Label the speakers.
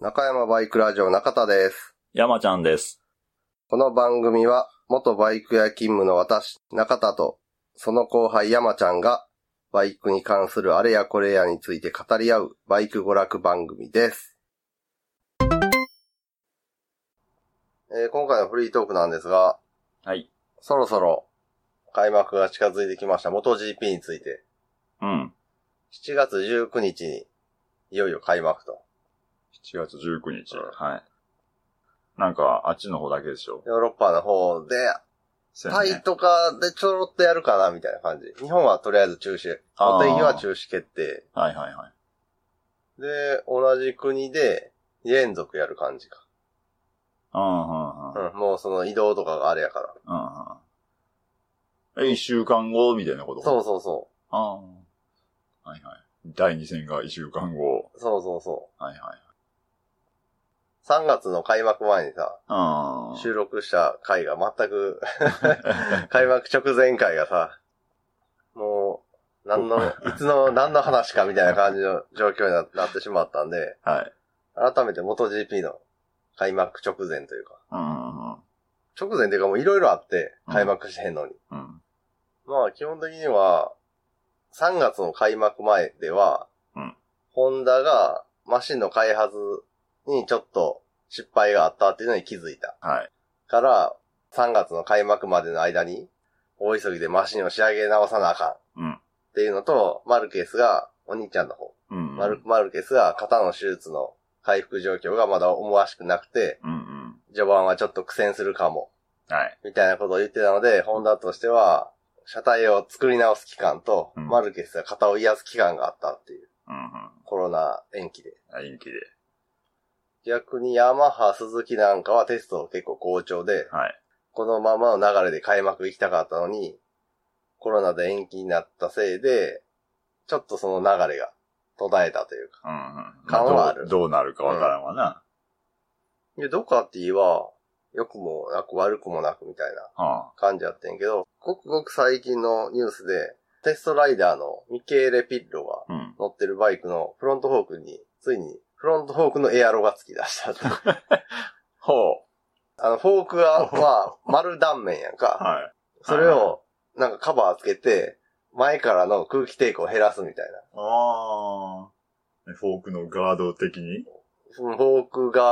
Speaker 1: 中山バイクラジオ中田です。
Speaker 2: 山ちゃんです。
Speaker 1: この番組は、元バイク屋勤務の私、中田と、その後輩山ちゃんが、バイクに関するあれやこれやについて語り合う、バイク娯楽番組です。えー今回のフリートークなんですが、
Speaker 2: はい。
Speaker 1: そろそろ、開幕が近づいてきました。元 GP について、
Speaker 2: うん。
Speaker 1: 7月19日に、いよいよ開幕と。
Speaker 2: 7月19日。
Speaker 1: うん
Speaker 2: はい。なんか、あっちの方だけでしょ。
Speaker 1: ヨーロッパの方で、
Speaker 2: せや
Speaker 1: タイ
Speaker 2: ね。
Speaker 1: とかでちょろっとやるかな、みたいな感じ。日本はとりあえず中止。
Speaker 2: あー
Speaker 1: お天気は中止決定。
Speaker 2: はいはいはい。
Speaker 1: で、同じ国で連続やる感じか。
Speaker 2: うんうんうん。
Speaker 1: うん、もうその移動とかがあれやから。
Speaker 2: うんうん。え、一週間後みたいなこと。
Speaker 1: そううそうそ
Speaker 2: あーはいはい。第二戦が一週間後。
Speaker 1: う。そうそうそ。
Speaker 2: はいはいう
Speaker 1: 3月の開幕前にさ、。
Speaker 2: あー
Speaker 1: 収録した回が全く、 開幕直前回がさ、もう、何の、いつの、何の話かみたいな感じの状況にななってしまったんで、
Speaker 2: はい。
Speaker 1: 改めて元 GP の開幕直前というか、
Speaker 2: うんうん
Speaker 1: 直前っていうかもういろいろあって、
Speaker 2: うん
Speaker 1: 開幕してへんのに。
Speaker 2: うん。うん。
Speaker 1: まあ基本的には、3月の開幕前では、
Speaker 2: うん
Speaker 1: ホンダがマシンの開発にちょっと失敗があったっていうのに気づいた。
Speaker 2: はい。
Speaker 1: から、3月の開幕までの間に、大急ぎでマシンを仕上げ直さなあかん。
Speaker 2: うん
Speaker 1: っていうのと、マルケスが、お兄ちゃんの方、
Speaker 2: うん。
Speaker 1: マル。マルケスが肩の手術の回復状況がまだ思わしくなくて、
Speaker 2: うんうん。
Speaker 1: 序盤はちょっと苦戦するかも。
Speaker 2: はい。
Speaker 1: みたいなことを言ってたので、ホンダとしては、車体を作り直す期間と、
Speaker 2: うん
Speaker 1: マルケスが肩を癒す期間があったっていう、
Speaker 2: うんうん。
Speaker 1: コロナ延期で。
Speaker 2: はい、延期で。
Speaker 1: 逆にヤマハ、スズキなんかはテストを結構好調で、
Speaker 2: はい。
Speaker 1: このままの流れで開幕行きたかったのに、コロナで延期になったせいで、ちょっとその流れが途絶えたというか。
Speaker 2: うんうん。
Speaker 1: 感はある
Speaker 2: まどうどうなるかわからんわな。
Speaker 1: で、ドカティは、良くもなく悪くもなくみたいな
Speaker 2: は
Speaker 1: 感じやってんけど、ごくごく最近のニュースで、テストライダーのミケーレ・ピッロが、
Speaker 2: あ。うん。
Speaker 1: 乗ってるバイクのフロントフォークに、ついにフロントフォークのエアロが付き出した って。
Speaker 2: ほう。
Speaker 1: あの、フォークが、まあ、丸断面やんか。
Speaker 2: はい。
Speaker 1: それを、なんかカバーつけて、前からの空気抵抗を減らすみたいな。
Speaker 2: ああ。フォークのガード的に
Speaker 1: そのフォークが